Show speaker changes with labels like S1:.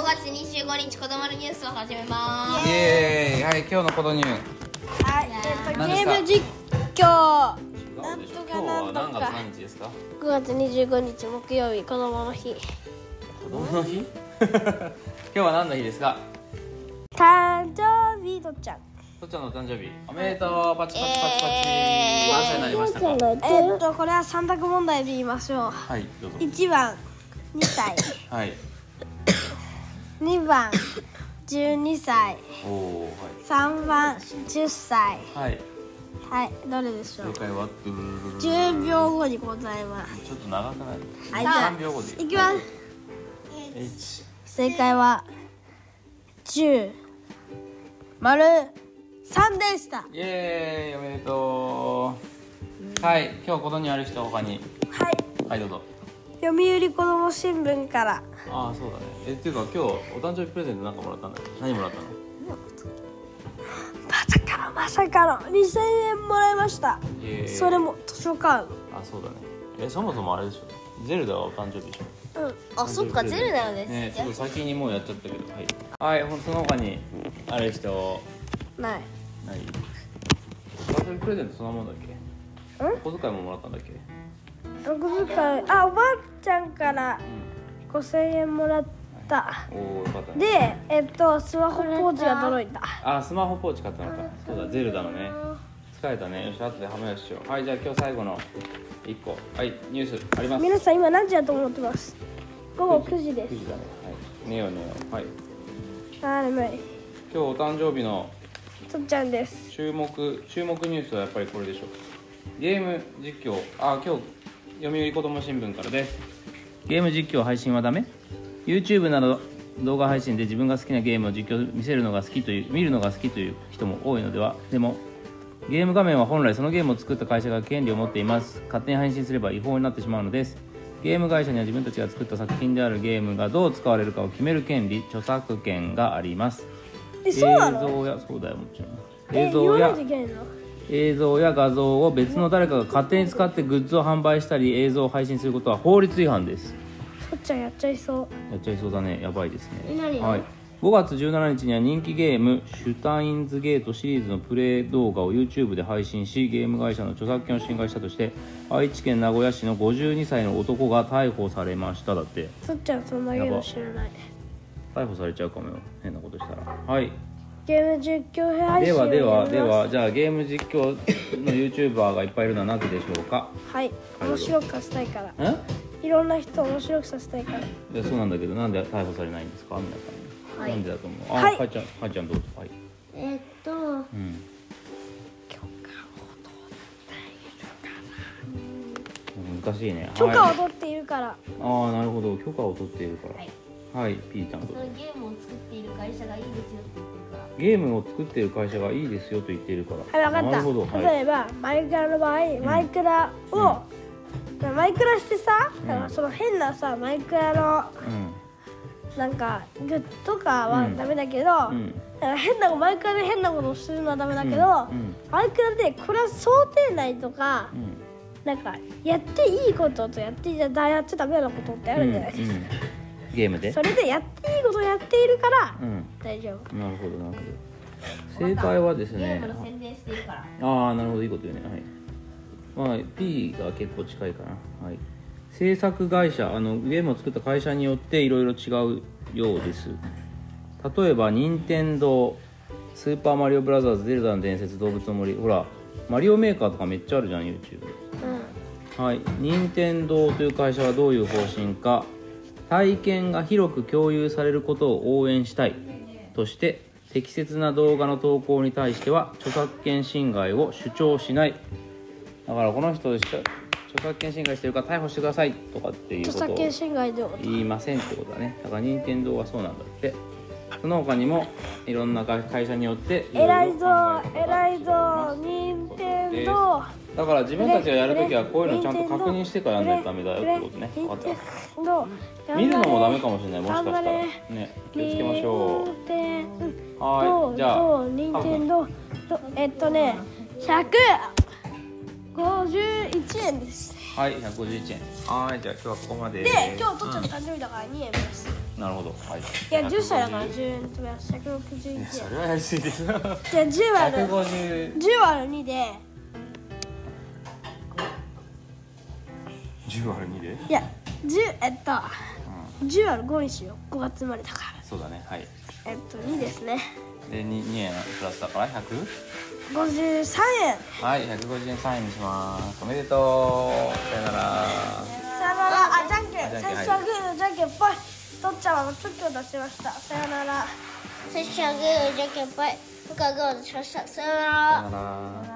S1: 25日子供のニュースを始めま
S2: イエーイはい今日のこのニュー
S3: はい、えっと、
S2: 何
S3: ゲ
S2: ですか
S3: ーム実況
S2: なん
S3: とか
S2: 今日は
S3: な
S2: 何
S3: んとか
S2: 月何日ですか
S3: 5月25日木曜日子供の日
S2: 子供の日今日は何の日ですか
S3: 誕生日とっちゃん
S2: とっちゃんのお誕生日おめでとうパチパチパチパチ、
S1: えー
S2: 何歳になりましたか
S3: えっとこれは三択問題で言いましょう
S2: はいどうぞ
S3: 1番2歳
S2: はい
S3: 2番12歳
S2: おおー
S3: 3番10歳
S2: はい
S3: は
S2: はい
S3: いどれでしょ
S2: 正
S3: う
S2: 解はドゥルルルルル
S3: 10秒後にございます
S2: ちょっと長くない
S3: はい
S2: 3秒後で
S3: いきます
S2: す
S3: 正解は10丸3でした
S2: イエーイおめでとうはい今日このニューある人他に
S3: はい
S2: はいどうぞ
S3: 読売子ども新聞から
S2: ああそうだねえっていうか今日お誕生日プレゼントなんかもらったんだっけ何もらったの
S3: まさかのまさかの2000円もらいました
S2: イエーイ
S3: それも図書館
S2: あそうだねえそもそもあれでしょゼルダはお誕生日でしょ
S3: うん
S1: すあそっかゼルダのです
S2: ね
S1: ね
S2: ちょっと先にもうやっちゃったけどはいはいほんその他にある人
S3: ない
S2: ないお誕生日プレゼントそんなもんだっけ
S3: ん
S2: お小遣いももらったんだっけ
S3: お小遣いあおばあちゃんから5000円もらった
S2: おおよかったね
S3: でえっとスマホポーチが届いた
S2: あスマホポーチ買ったのかそうだゼルダのね疲れたねよし後で歯ブラシしようはいじゃあ今日最後の1個はいニュースあります
S3: 皆さん今何時だと思ってます午後9時で
S2: 9
S3: す
S2: 時だねはい寝よう寝ようはい
S3: あー眠い
S2: 今日お誕生日の
S3: とっちゃんです
S2: 注目注目ニュースはやっぱりこれでしょゲーム実況あ今日読売子ども新聞からですゲーム実況配信はダメ YouTube など動画配信で自分が好きなゲームを実況見せるのが好きという見るのが好きという人も多いのではでもゲーム画面は本来そのゲームを作った会社が権利を持っています勝手に配信すれば違法になってしまうのですゲーム会社には自分たちが作った作品であるゲームがどう使われるかを決める権利著作権があります
S3: え
S2: 映
S3: そうなの
S2: 像やそうだよもちろん
S3: え
S2: 映
S3: 言わ
S2: 像
S3: ない
S2: や
S3: といけないの
S2: 映像や画像を別の誰かが勝手に使ってグッズを販売したり映像を配信することは法律違反です
S3: とっちゃんやっちゃいそう
S2: やっちゃいそうだねやばいですね
S1: え何
S2: はい、5月17日には人気ゲーム「シュタインズゲート」シリーズのプレイ動画を YouTube で配信しゲーム会社の著作権を侵害したとして愛知県名古屋市の52歳の男が逮捕されましただって
S3: とっちゃんそんなゲーム知らない
S2: 逮捕されちゃうかもよ変なことしたらはい
S3: ゲーム実況配
S2: で
S3: 信を
S2: はでは
S3: やめます
S2: ではじゃあゲーム実況の YouTuber がいっぱいいるのはなぜでしょうか
S3: はい面白くさせたいから
S2: ん
S3: いろんな人を面白くさせたいから
S2: いやそうなんだけどなんで逮捕されないんですか皆さん、
S1: はい
S2: なんでだと思うあ
S3: はい
S2: かいちゃんかいちゃんどうぞはい
S1: えっと
S2: うん難しいね
S3: 許可を
S2: はい、
S3: 取っているから
S2: ああなるほど許可を取っているから
S1: はい
S2: はい、ピーちゃんどう
S1: そ
S2: ぞ
S1: のゲームを作っている会社がいいですよって言ってるから
S2: ゲームを作っている会社がいいですよと言っているか
S3: は
S2: ら
S3: い、わかっ
S2: なるほど、
S3: た。
S2: はい、
S3: 例えば、マイクラの場合、マイクラを、マイクラしてさ、
S2: うん
S3: その変なさ、マイクラ
S2: うん
S3: のなんかグッズとか
S2: う
S3: は
S2: ん
S3: ダメだけど、
S2: うん
S3: だから変なマイクラで変なことをするのはダメだけど、
S2: うんうん
S3: マイクラでこれは想定内とか、
S2: うん
S3: なんかやっていいこととやっていややっちゃダメなことってあ
S2: う
S3: る
S2: ん
S3: じゃないですか。
S2: うんゲームで
S3: それでやっていいことをやっているから、
S2: うん
S3: 大丈夫。
S2: なるほどなるほど正解はです
S1: ゲー
S2: ね
S1: ムの宣伝してるから
S2: ああなるほどいいこと言うねはい、まあ、P が結構近いかなはい制作会社あのゲームを作った会社によっていろいろ違うようです例えば任天堂スーパーマリオブラザーズゼルダの伝説動物の森ほらマリオメーカーとかめっちゃあるじゃん YouTube はい、任天堂という会社はどういう方針か体験が広く共有されることを応援したいとして適切な動画の投稿に対しては著作権侵害を主張しないだからこの人著作権侵害してるから逮捕してくださいとかっていう
S3: 著
S2: こと
S3: 作
S2: を
S3: 権侵害で。
S2: 言いませんってことだねだから任天堂はそうなんだってその他にもいろんな会会社によっていろいろ
S3: 偉いぞ
S2: 考
S3: 偉いぞ任天
S2: え方が違ます
S3: 堂
S2: だから自分たちがやるときはこういうのちゃんと確認してからやんないとダメだよってことね分かっ
S3: ど
S2: た見るのもダメかもしれないもしかしたら
S3: 頑張
S2: ね気をつけましょ
S3: 任天
S2: うは
S3: 堂
S2: いじゃあ
S3: 任天堂えっとね151円です
S2: はい151円はいじゃあ今日はここまで
S3: で今日とっちゃんの誕生日だから2円です
S2: うんなるほどはい
S3: いや10歳だから10円とか161円
S2: それはやりすぎです150
S3: じゃあ10割る10割る2で
S2: 10割る2で
S3: いや10えっと10割る5にしよう5月生まれだか
S2: そうだねはい
S3: らえっと2ですね
S2: で 2, 2円プラスだから 100?
S3: 53円
S2: はい150円3円にしますおめでとうさよ
S3: さよな
S2: なら
S3: らあじゃんけ
S2: あじゃんけん
S3: ん最初はグーのじゃんけんぽいとっちゃんはチョキを出しましたさよなら
S1: そしたらグーじゃんけんぽい僕はグーを出しましたさよなら
S2: さよなら